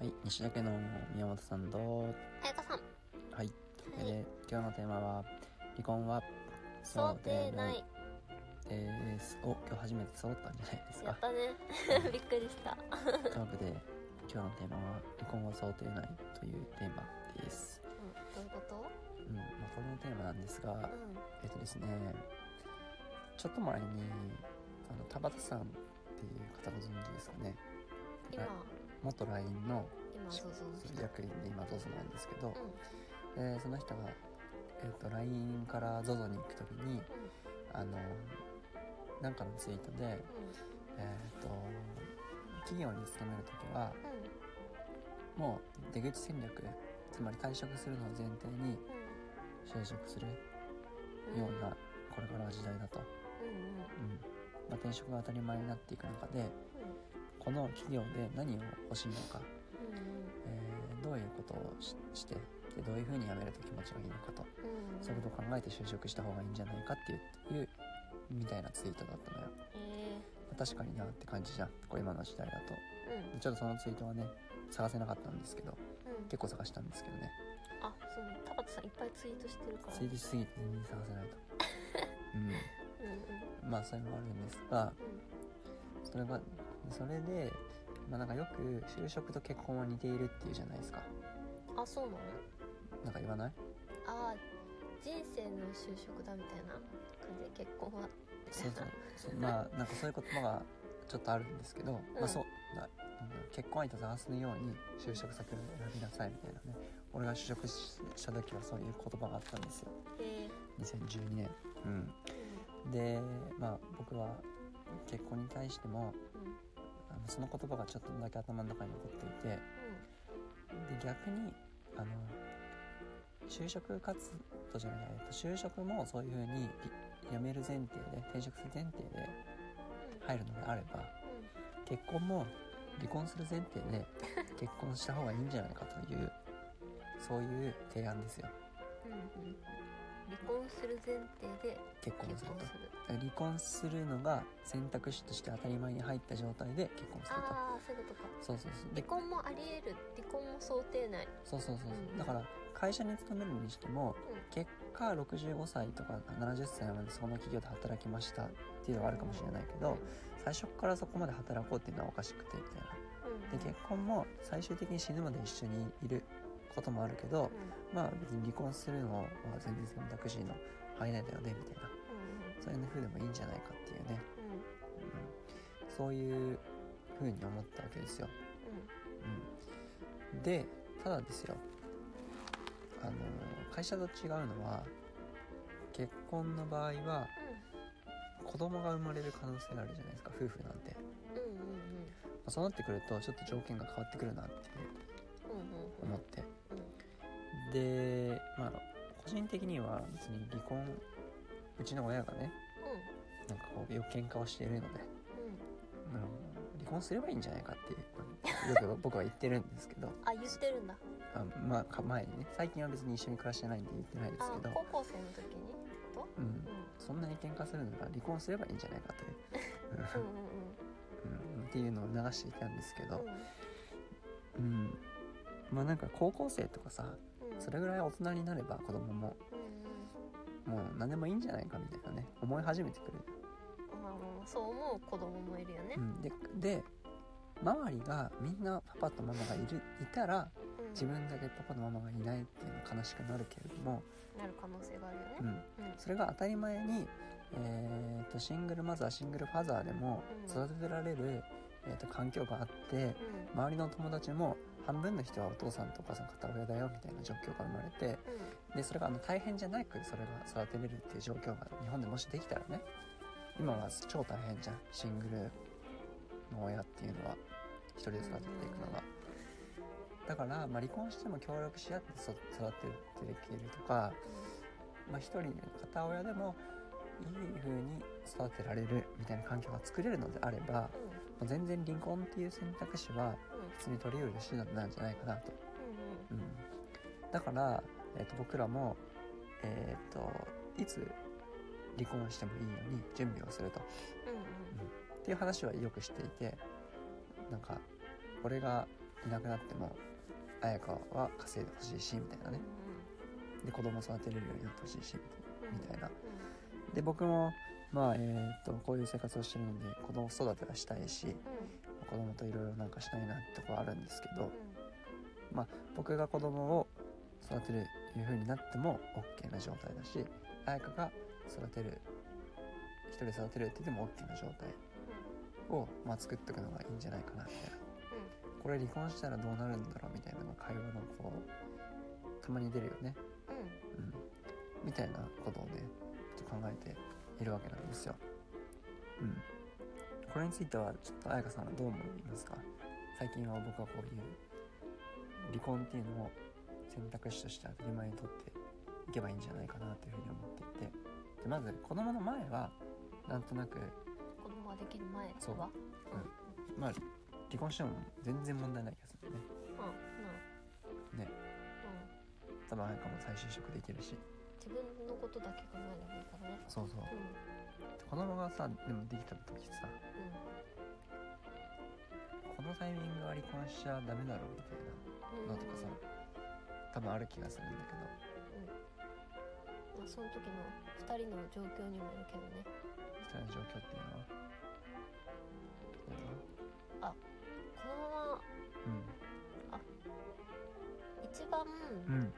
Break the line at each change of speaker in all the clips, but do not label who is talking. はい、西田家の宮本さんと、
あやかさん
はい、というわけで、今日のテーマは、離婚は
想定ない
です。お、今日初めて揃ったんじゃないです
や
か
っ。たね びっくりした
というわけで、今日のテーマは、離婚は想定内というテーマです。
うんどういうこと
うん、まあ、このテーマなんですが
う、ん
えっとですね、ちょっと前に、あの、田畑さんっていう方ご存知ですかね。
今、
はい元 LINE の
今そうそうそう
役員で今 ZOZO なんですけど、
うん
でその人が、えっと LINE から ZOZO に行く時にあのなんかのツイートで、えっと企業に勤める時は
うんうん
もう出口戦略つまり退職するのを前提に就職する
うん
ようなこれからの時代だと、
うんうんうん
うんまあ、転職が当たり前になっていく中でこの企業で何を欲しいのか、
うんうん
えーどういうことをししてでどういうふうに辞めると気持ちがいいのかと
うんうん
そういうことを考えて就職した方がいいんじゃないかっていういうみたいなツイートだったのよ
え
確かになって感じじゃんこれ今の時代だと
ーうん
でちょっとそのツイートはね探せなかったんですけど
うん
結構探したんですけどね
あそうね田畑さんいっぱいツイートしてるから
ツイートしすぎて全然探せないと
うんうん
うんまあそれもあるんですが
うん
それがそれでまあなんかよく就職と結婚は似ているっていうじゃないですか
あそうなの
なんか言わない
あー人生の就職だみたいな感じで結婚は
そうそうそうまあなんかそういう言葉がちょっとあるんですけど、まあそうななんだろう結婚相手を探すように就職先を選びなさいみたいなね俺が就職しした時はそういう言葉があったんですよ
えー
2012年うんでまあ僕は結婚に対しても
うんうん
あのその言葉がちょっとだけ頭の中に残っていてで逆にあの就職活動じゃないえっと就職もそういうふうに辞める前提で転職する前提で入るのであれば結婚も離婚する前提 で結婚した方がいいんじゃないかというそういう提案ですよ
うんうんうんうん離婚する前提で
結婚すると
結婚
だ
す
か
る
ら離婚するのが選択肢として当たり前に入った状態で結婚すると
ああそういうことか
そうそうそうで
離婚もあり得る離婚も想定内
そうそうそう
うん
だから会社に勤めるにしても結果65歳とか70歳までその企業で働きましたっていうのはあるかもしれないけど最初からそこまで働こうっていうのはおかしくてみたいな
うん
で結婚も最終的に死ぬまで一緒にいることもあるけど、
うん
まあ別に離婚するのは全然選択肢の範囲内だよねみたいなそういう風でもいいんじゃないかっていうね、
うんうん
うん、そういう風に思ったわけですよ、うん、でただですよあの会社と違うのは結婚の場合は子供が生まれる可能性があるじゃないですか夫婦なんて、ま
うんうんうんうんうん
あそうなってくるとちょっと条件が変わってくるなって
うんうんうん
思って
うん
でまあ個人的には別に離婚うちの親がねなんかこうよく喧嘩をしているので、
うん
うん、離婚すればいいんじゃないかっていうよく僕は 言ってるんですけど
あ言ってるんだ
あまあか前にね最近は別に一緒に暮らしてないんで言ってないです
あ
け
高
ど、
校生の時にってこ
うん
と、
そんなに喧嘩するなら離婚すればいいんじゃないかという、
うんうんうん
うんうんっていうのを流していたんですけ
う
ど、
ん
うん、まあなんか高校生とかさ
うんうん
それぐらい大人になれば子供も
うん
もう何でもいいんじゃないかみたいなね思い始めてくる
うんまあまあそう思う子供もいるよね
うん、でで周りがみんなパパとママがいるいたら
うん
自分だけパパとママがいないっていうのは悲しくなるけれども、
なる可能性があるよ
う
ね
ん、
うんうん
それが当たり前に、えー、とシングルマザーシングルファザーでも
うん
育てられる、えー、と環境があって周りの友達も半分の人はお父さんとお母さん片親だよみたいな状況が生まれてでそれがあの大変じゃなくそれが育てれるっていう状況が日本でもしできたらね今は超大変じゃんシングルの親っていうのは一人で育てていくのがだから、まあ、離婚しても協力し合ってそ育てていけるとか、まあ、一人の片親でもいい風に育てられるみたいな環境が作れるのであれば
うんうん
もう全然離婚っていう選択肢は普通に取り得る手段なんじゃないかなと
うんう
う
ん
ん、だから、えー、と僕らも、えー、といつ離婚してもいいように準備をすると
うんうん
っていう話はよくしていてなんか俺がいなくなっても綾香は稼いでほしいしみたいなねで子供育てれるようになってほしいしみたい
うん
みたいな
う
な
ん
で僕もまあえーっとこういう生活をしてるので子供育てはしたいし子供といろいろなんかしたいなってとこはあるんですけど僕が子供を育てるいう風になっても OK な状態だし彩香が育てる一人で育てるって言っても OK な状態を、まあ、作っていくのがいいんじゃないかなみたいなこれ離婚したらどうなるんだろうみたいなの会話のこうたまに出るよね、
うんうんうん
うん、みたいなことをねちょっと考えているわけなんですよ、うん、これについてはちょっと彩香さんはどう思いますか最近は僕はこういう離婚っていうのを選択肢として当たり前にとっていけばいいんじゃないかなというふうに思っていてでまず子供の前はなんとなく、
子供ができる前
そ
は
う
うん
まあ、離婚しても全然問題ない気がするんだよねね
うんうん
多分彩香も再就職できるし
自分のことだけ考えればいいからね
そうそう
うん
子供がさでもできた時さこのタイミングは離婚しちゃダメだろうみたい
うん
なのとかさ
うん
多分ある気がするんだけど
まあその時の二人の状況にもよるけどね
その状況っていうのはどうだろ
このまま一番、
う
あの
ん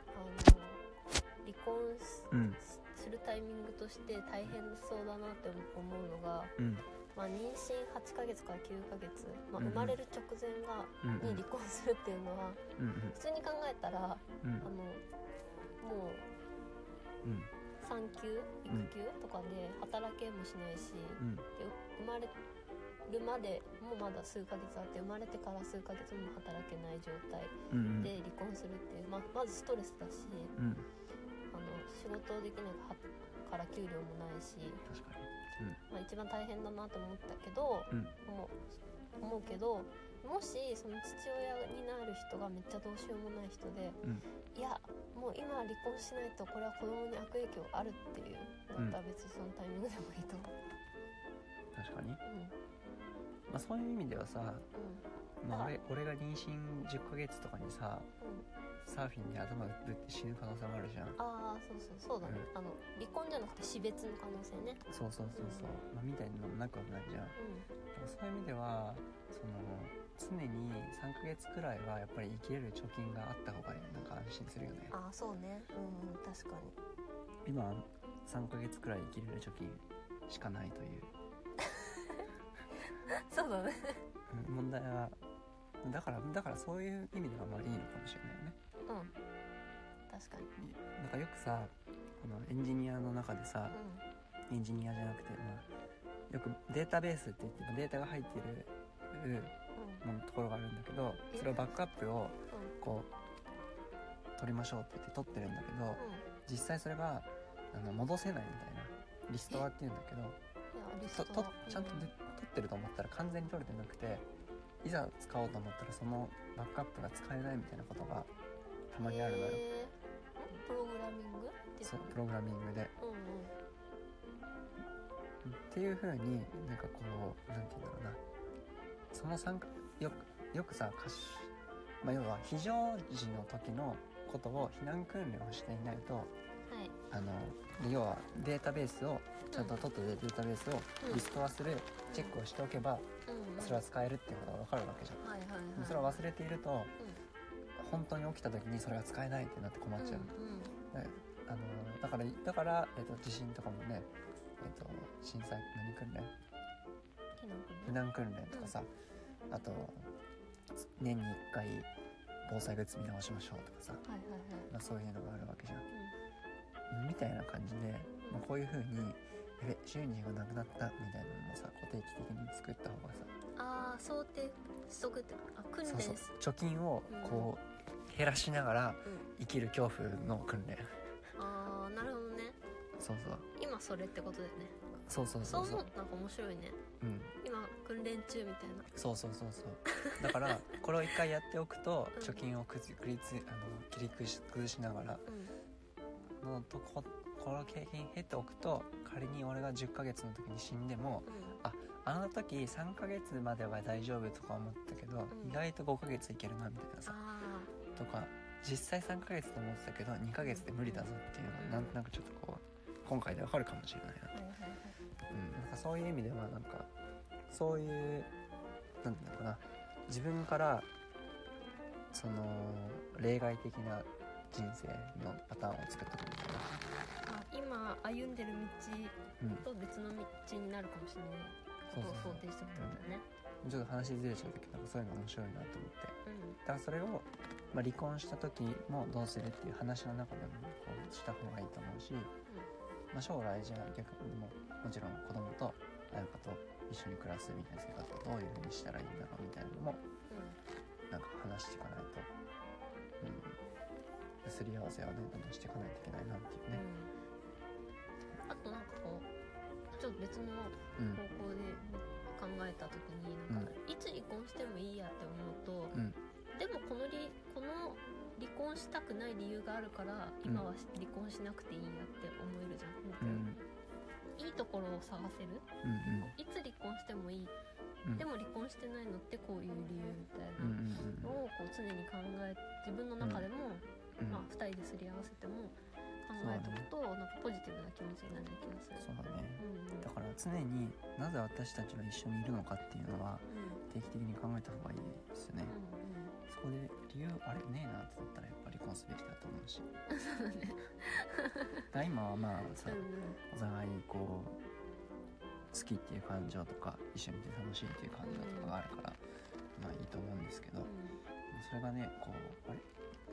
離婚す
うんうん
するタイミングとして大変そうだなって思うのが、
うん
まあ、妊娠8ヶ月から9ヶ月、まあ、
うんうん
生まれる直前が
うんうん
に離婚するっていうのは
うん
普通に考えたら
うんうん
あのもう
うん
産休育休とかで働けもしないし、
うん
で生まれるまでもまだ数ヶ月あって生まれてから数ヶ月も働けない状態
うんうん
で離婚するっていう、まあまずストレスだし
うん
あの仕事できないから給料もないし、
確か
まあ、一番大変だなと思ったけど、
うん
思う思うけどもしその父親になる人がめっちゃどうしようもない人で、
うん
いやもう今離婚しないとこれは子供に悪影響あるっていうだったら別にそのタイミングでもいいと 思
に
う。
確かにま
うん
あそういう意味ではさ、
うん
まあ、俺俺が妊娠10ヶ月とかにさ
うん
サーフィンに頭打って死ぬ可能性もあるじゃん
ああそうそうそうだね、あの離婚じゃなくて死別の可能性ね
そうそうそうそう、まあ、みたいなのもなくはないじゃん
う
そういう意味ではその常に3ヶ月くらいはやっぱり生きれる貯金があった方がなんか安心するよね
んああそうねうん、うん、確かに
今3ヶ月くらい生きれる貯金しかないという
そうだね
うん問題はだからだからそういう意味ではまあいいのかもしれないよね
うん確かに
いなんかよくさこのエンジニアの中でさ
う
エンジニアじゃなくて、まあ、よくデータベースって言ってデータが入っている
んうん
うんところがあるんだけどそれをバックアップを
う
こう取りましょうって言って取ってるんだけど、
んうん
実際それがあの戻せないみたいなリストアっていうんだけど
いやリス
と
ト
とちゃんとで取ってると思ったら完全に取れてなくていざ使おうと思ったらそのバックアップが使えないみたいなことがたまにあるのよ、
へーんプログラミングって
そうプログラミングで。
うんうん
っていう風になんかこうなんて言うんだろうなその参加よくよくさ歌手、まあ、要は非常時の時のことを避難訓練をしていないと
はい
あので要はデータベースをちゃんと取ってデータベースをリストアするチェックをしておけば
うんうん
それは使えるっていうことが分かるわけじゃん。
はいはいはい
でもそれを忘れていると本当に起きた時にそれが使えないってなって困っちゃう。
うんうん
あのだからだから、えっと地震とかもね、えっと震災何訓練
きのこね
避難訓練とかさあと年に1回防災グッズ見直しましょうとかさ、
はいはいはい
まあ、そういうのがあるわけじゃん。
うん
みたいな感じで、まあこういう風に「やべ収入がなくなった」みたいなのもさ固定期的に作った方がさ
ああ想定不足ってあ訓
そう
練
そう
す
貯金をこう減らしながら
うん
生きる恐怖の訓練
ああなるほどね
そうそう
今それってことだよね
そうそう
そ
そうう
思
そう
うとなんか面白いね
うん
今訓練中みたいな
そうそうそうそうだからこれを一回やっておくと
うん
貯金をくじくりつあの切り崩し崩しながら
うん
のとここの経験経ておくと仮に俺が10ヶ月の時に死んでも
う
あの時3ヶ月までは大丈夫とか思ったけど、
うん
意外と5ヶ月いけるなみたいなさ
あ
とか実際3ヶ月と思ってたけど2ヶ月で無理だぞっていうのがなんとなくちょっとこう今回でわかるかもしれないな
あはいはいはい
うん、なんかそういう意味ではなんかそういうなんていうのかな自分からその例外的な人生のパターンを作ってくるみたいな
あ今歩んでる
うん
道と別の道になるかもしれないことを想定してことだね
ちょっと話ずれちゃうけどなんかそういうの面白いなと思ってだから
うん
それを、まあ、離婚した時もどうするっていう話の中でもこうした方がいいと思うし、まあ、将来じゃあ逆にももちろん子供と親子と一緒に暮らすみたいな生活をどういうふうにしたらいいんだろうみたいなのも
うん
なんか話していかないと、うん、すり合わせはねどんどんしていかないといけないなっていうね、
うん、あとなんかこうちょっと別の
うん
方向で考えた時になんか、いつ離婚してもいいやって思う
う
と、
ん
でもこのりこの離婚したくない理由があるから今はし離婚しなくていいやって思えるじゃん、
うん
本当にいいところを探せるいつ離婚してもいい、
うん
でも離婚してないのってこういう理由みたい
うんうんうん
なのをこう常に考え自分の中で
う
も、
んうん
まあ、2人ですり合わせても考えておくと、なんかポジティブな気持ちになる気がする。
そうだね
うんうん
だから常になぜ私たちは一緒にいるのかっていうのは
う
定期的に考えた方がいいですよね
んうんうん
そこで理由あれねえなってなったらやっぱ離婚すべきだと思うしだから今はまあさ
う
お互いにこう好きっていう感情とか一緒にいて楽しいっていう感情とかがあるから、まあいいと思うんですけど、
んうん
それがねこうあれ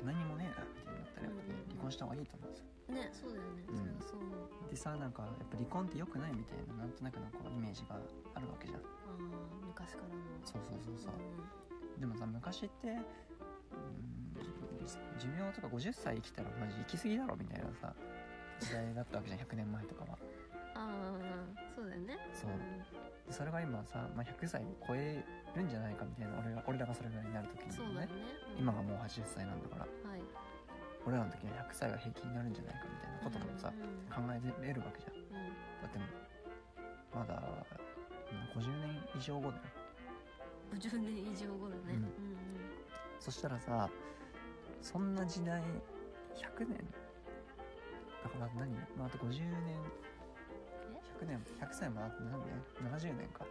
何もねえなみたいになったらやっぱね
うん
離婚した方がいいと思うんですよ
ねそうだよね、
うん
それはそう思う
でさなんかやっぱ離婚って良くないみたいななんとなくのこうイメージがあるわけじゃん
あー昔からの
そうそうそうそううんでもさ昔ってうん寿命とか50歳生きたらマジ行き過ぎだろみたいなさ時代だったわけじゃん100年前とかは
あーそうだよね
そうんでそれが今さ、まあ、100歳超えるんじゃないかみたいな俺が俺らがそれぐらいになる時
そう
にね
だよね、うん
今がもう80歳なんだから
はい
俺らの時には100歳が平均になるんじゃないかみたいなこともさ
うんうんうん
考えれるわけじゃんだってもうまだうん50年以上後だよ
うん50年以上後だ
う
ね、
ん
うん
そしたらさそんな時代100年だから何、まあ、あと50年100年100歳もあと何年70年か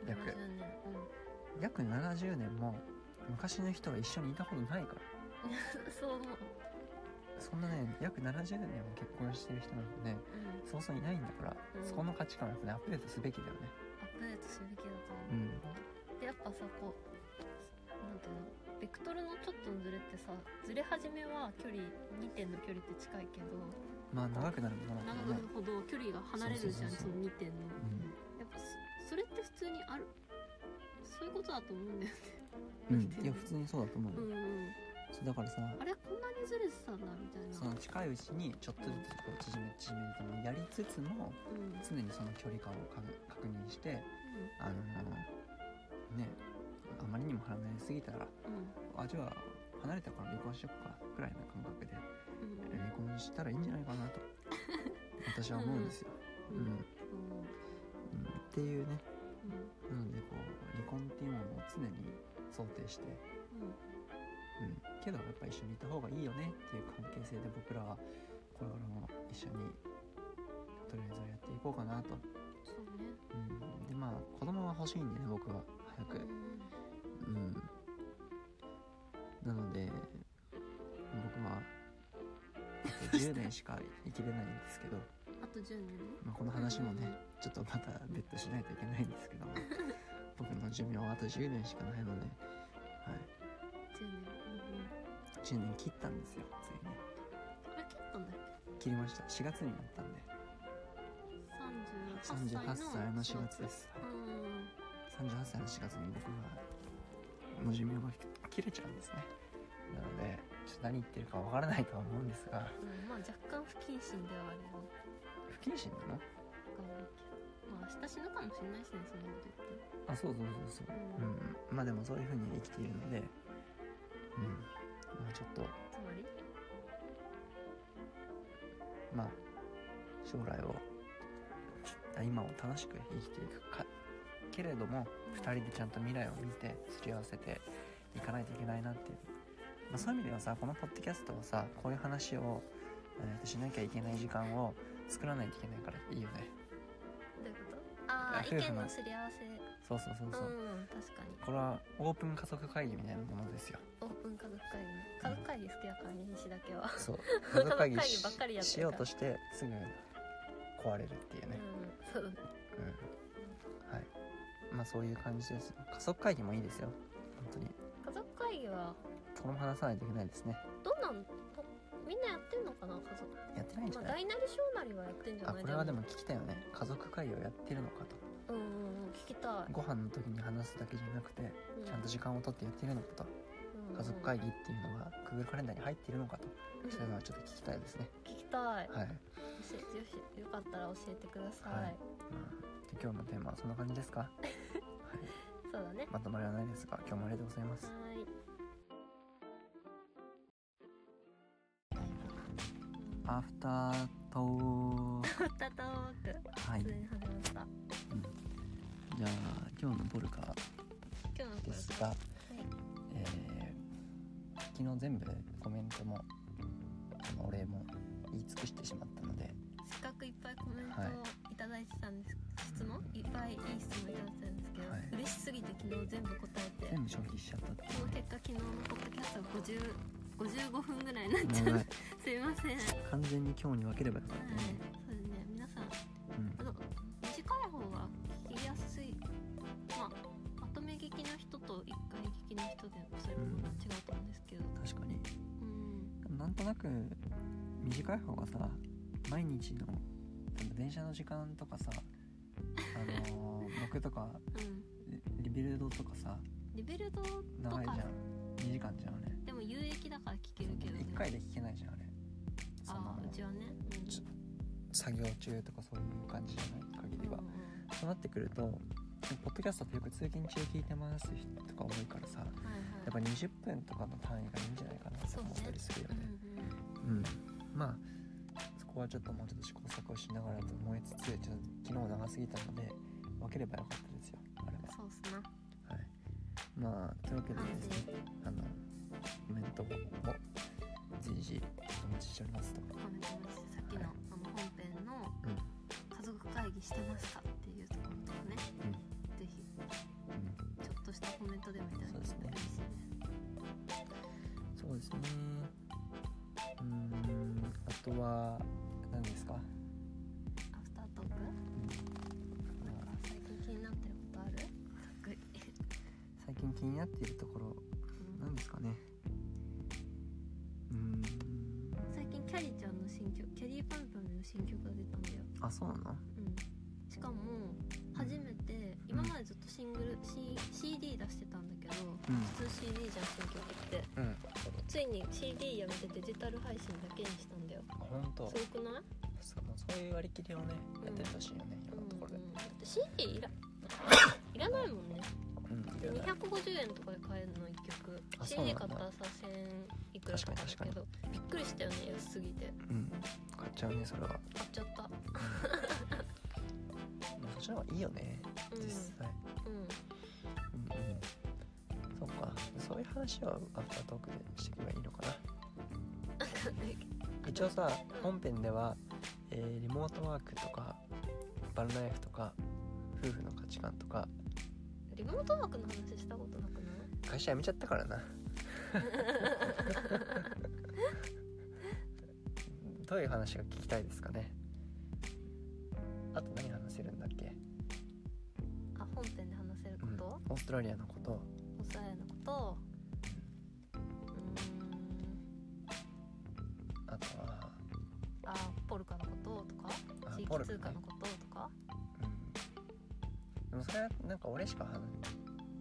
うん、
約
70年うん
約70年も昔の人は一緒にいたことないから
そう思う、
そんなね約70年も結婚してる人なんてね
うん、ア
そうそういないんだから、
うん
そこの価値観をやっぱねアップデートすべきだよね
ップデートすべきだと思う、
うん
でやっぱさこうなんていうのベクトルのちょっとのずれってさずれ始めは距離2点の距離って近いけど
まあ長くなるものだ
長
け
く
ど
な
ね
るほど距離が離れるじゃん
そそうそうそ
そう
う
の2点の、
ん
やっぱそそれって普通にあるそういうことだと思うんだよね
うんいや普通にそうだと思う
う
よ、
んうん
そうだからさ
あれこんなにずれてたんだみたいな
その近いうちにちょっとずつこう縮め縮めてもやりつつも
うん
常にその距離感をか確認してあのねあまりにも離れすぎたらあじゃあ離れたから離婚しよっかくらいな感覚で
うんうん
離婚したらいいんじゃないかな と私は思うんですよ、うん
うんうんうん
うんっていうねなのでこう離婚っていうものを常に想定して、うん、けどやっぱ一緒にいた方がいいよねっていう関係性で僕らはこれからも一緒にとりあえずはやっていこうかなと、
そうね
うん、でまあ子供は欲しいんでね僕は早く
う、ん
うん、なので僕 はえっと10年しか生きれないんですけど、
あと10年ね
まあ、この話もねちょっとまた別途しないといけないんですけど も僕の寿命はあと10年しかないので、はい、
10年うんうん
10年切ったんですよついに
あれ切ったんだっけ
切りました4月になったんで38
38
歳の4月です、
う
は
ん
い、38歳の4月に僕はもう寿命が切れちゃうんですねなのでちょっと何言ってるかわからないとは思うんですが
うんまあ若干不謹慎ではあるよ
不謹慎なの
わかんないけどまあ明日死ぬかもしれないしねそんなこと言って
あそうそうそうそう
う
うんんまあでもそういうふうに生きているのでうんまあちょっと
つまり
まあ将来をあ今を楽しく生きていくかけけれども
うん
2人でちゃんと未来を見てすり合わせていかないといけないなっていう、まあ、そういう意味ではさこのポッドキャストはさこういう話を、えーしなきゃいけない時間を作らないといけないからいいよね
どういうことああ
夫
意
婦の
見のすり合わせうん
そうそうそうそう、
確かに
これはオープン家族会議みたいなものですよ
オープン家族会議ね家族会議好きだからね西だけは、
そう
家
家
族
族
会
会
議
議し
ばっかりやってるから
しようとしてすぐ壊れるっていうね、
うんそう
うん、はいまあそういう感じです家族会議もいいですよ本当に
家族会議は
それも話さないといけないですね
どんなんみんなやってんのかな家族
やってないんじゃ
まあ
ない、
大なり小なりはやってんじゃ
あ
ない
これはでも聞きたいよね家族会議をやってるのかと
うんうんうん聞きたい、
ご飯の時に話すだけじゃなくて
う
ちゃんと時間を取ってやってるのかと家族会
議
議っていうのが Google カレンダーに入っているのかとそういうのはちょっと聞きたいですね
聞きたい
はい、うん、
もしよしよかったら教えてください、
はいで今日のテーマはそんな感じです か、はい、
そうだね
まとまりはないですが今日もありがとうございます
はい
アフタートー
ふたトーク
クはい
普通に始まった
じゃあ今日のポルカ
今日の
です
声
が、
い
えー昨日全部コメントもあのお礼も言い尽くしてしまったので
せっかくいっぱいコメント
はい
をいただいてたんです、質問いっぱいいい質問いただいてたんですけど、
はい
嬉しすぎて昨日全部答えて
全部消費しちゃったって
その結果昨日のポッドキャストは50 55分ぐらいになっち
いう
ゃう、
長い
すいませんはい
完全に今日に分ければよかっ
そう
た
です
ね
ね、皆さん
うん
あの短い方が聞きやすいまあまとめ聞きの人と一回聞きの人でそれも違うと思うんですけど
確かに
うん
なんとなく短い方がさ毎日の例えば電車の時間とかさあのー僕とか
うん
リリビルドとかさ
リベルドと
長いじゃん
か
2時間じゃんあれ
でも有益だから聞けるけどね
1回で聞けないじゃんあれそ
あ
の
あうちはねうん
ちょ作業中とかそういう感じじゃない限りは、
うん
そうなってくるとポッドキャストってよく通勤中聞いてます人とか多いからさや
うんはいはい
っぱ20分とかの単位がいいんじゃないかなと
そうね
思ったりするよ
うん
ねうんまあそこはちょっともうちょっと試行錯誤しながらと思いつつちょっと昨日長すぎたので分ければよかったですよあれ
うんそうっすな
ははいまあというわけでですねあのコメントも随時お待ちしておりますと
コメントもしてさっきの,、
はい
あの本編の
うん
家族会議してますかっていうところとかね、ぜひ
うん
ちょっとしたコメントでもいただけ
そ
たら
うですね
嬉しいです
そうですね。うーん、あとは、何ですか。
アフタートークなんか最近気になってることあるざっくり
最近気になっているところ、何ですかね。うーん、
最近キャリーちゃんの新曲キャリーパンパンの新曲が出たんだよ、
あ、そうなの。
うん、しかも初めて今までずっとシングル、C、CD 出してたんだけど普通 CD じゃん新曲って
うん、うん、
ついに CD やめてデジタル配信だけにしたんだよ
本当
す。ごくない
そう、そういう割り切りをね、やってってほしいよね、いろんなところで
うん。うん、だって CD いらいらないもんね
うん、いろいろ
250円とかで買えるの1曲
あそう
CD
なんだ
買ったらさ1000いくらとかだ
確かに
けどびっくりしたよね安すぎて
うん、買っちゃうね、それは。
買っちゃったう
うんそっちの
ん
方がいいよね、実際。
うん
うん、うん。そうか、そういう話はアフタートークでしていけばいいのかな。一応さ本編では、えーリモートワークとかバルナイフとか夫婦の価値観とか
リモートワークの話したことなくない
会社辞めちゃったからなどういう話が聞きたいですかねあと何話せるんだっけ、
あ本編で話せること、
オーストラリアのこと
おさえのことうーん
あとは
あポルカのこととか
あ
地
ポ
域
ルカね
通貨のこととか
うんでもそれはなんか俺しか話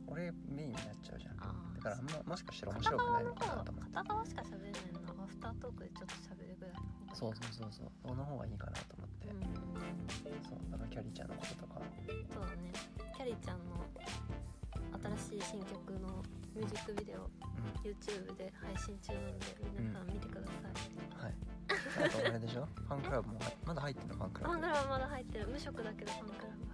俺メインになっちゃうじゃんだ
あー
からあんまもしかしたら面
片
白く
側
ない
の
のかな
方
と思って
片側しか喋れないのアフタートークでちょっと喋るぐらいの方
そう
がいい
そうそうそうその方がいいかなと思って、
うん
そうだからキャリーちゃんのこととか
そうだねキャリーちゃんの新しい新曲のミュージックビデオ
う
YouTube で配信中なので皆さん見てください、
んはいあとあれでしょファンクラブも入まだ入ってんのファンク
フ
ラ
ァン
ブ
クラブまだ入ってる無職だけどファンクラブ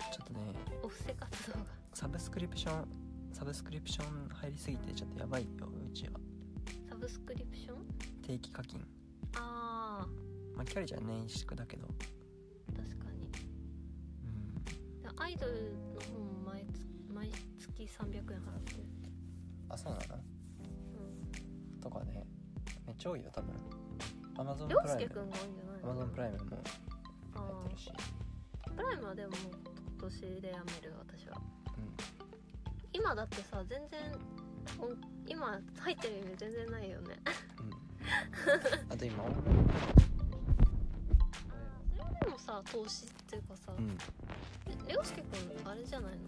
入って
うんね
お布施活動が
サブスクリプションサブスクリプション入りすぎてちょっとやばいようちは
サブスクリプション
定期課金
あ
まあキャリじゃ年式だけど
ー確かに
うん
でアイドルの方も毎月毎月300円払ってる、
あそうなのとかねめっちゃ多いよ多分アマゾ
う
ン
ん、
プ
涼
ライ
介く
ム
んが多いんじゃない
アマゾンプライムも
あ
入ってるし
ープライムはでももう今年でやめる私は
うん
今だってさ全然お今入ってる意味全然ないよね
うん あと今オンライン
それはでもさ投資っていうかさ、
うん
涼介くんあれじゃないの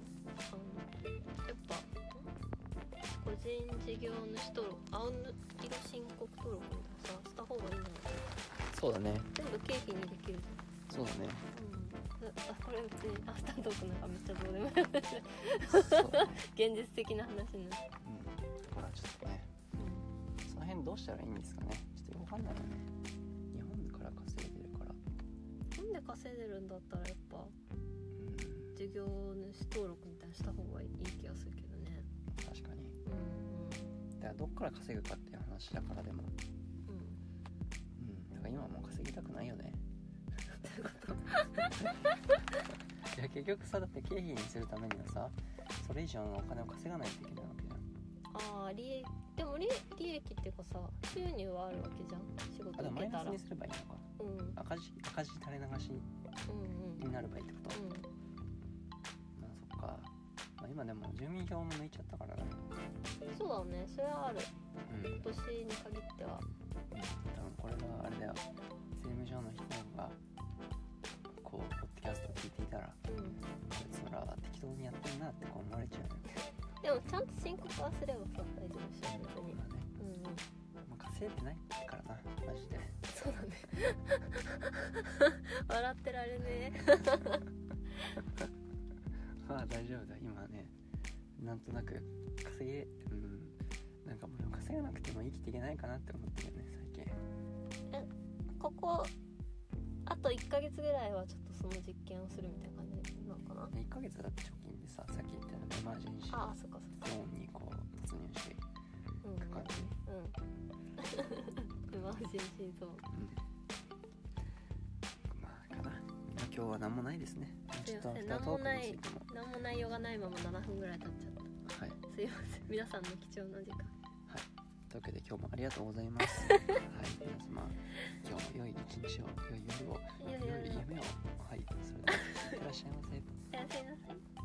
あのやっぱ個人事業主登録青色申告登録とかさした方がいいんじゃない
そうだね
全部経費にできるじ
そうだね
ゃん、うん、あこれうちアフタートークなんかめっちゃどうでもいい話
そうだね
現実的な話になる、
うんだからちょっとねその辺どうしたらいいんですかねちょっとよくわかんないよね日本から稼いでるから
うん、なんで稼いでるんだったらやっぱ
うん
事業主登録みたいにした方がいい気がするけどね
確かに
うん
だからどっから稼ぐかっていう話だからでも
うんうん
うんだから今はもう稼ぎたくないよね
どういうこと
いや結局さだって経費にするためにはさそれ以上のお金を稼がないといけないわけじゃん
ああ利益でも利利益っていうかさ収入はあるわけじゃん仕事
あでもマ
受け
イナ
た
ス
ら
にすればいいのか
うんうんうん
赤字赤字垂れ流しになればいいってこと、まあそっか、まあ、今でも住民票も抜いちゃったからな
うんそうだねそれはある
うん多分
今年に限っては
これはあれだよ税務署の人がこうポッドキャストを聞いていたら
うん
こいつらは適当にやってんなってこう思われちゃうよね
でもちゃんと申告はすればさ大丈夫でしょ別に
今ね、
うんうん
まあ、稼いでないからなマジで
そうだね 笑ってられねえ
まあ大丈夫だ今ねなんとなく稼げうんなんかもう稼がなくても生きていけないかなって思ってるよね最近
ここあと1ヶ月ぐらいはちょっとその実験をするみたいな感じなのかな
1ヶ月だって貯金でささっき言ったようにエマージェンシー
あ
ロ
あそっかそっか
ーンにこう突入していく
うんうん
感じ
うん エマージェンシーゾーン
うんまあかな今日は何もないですね
すい
ちょっ
ません
とアフタートークについても
何も内容がないまま7分ぐらい経っちゃった
はい
すいません皆さんの貴重な時間
というわけで今日もありがとうござい ますはい皆様今日も良い一日を良い夜を
いやいや
良い
いや
夢をはいそれではいってらっしゃいませ
おやすみなさい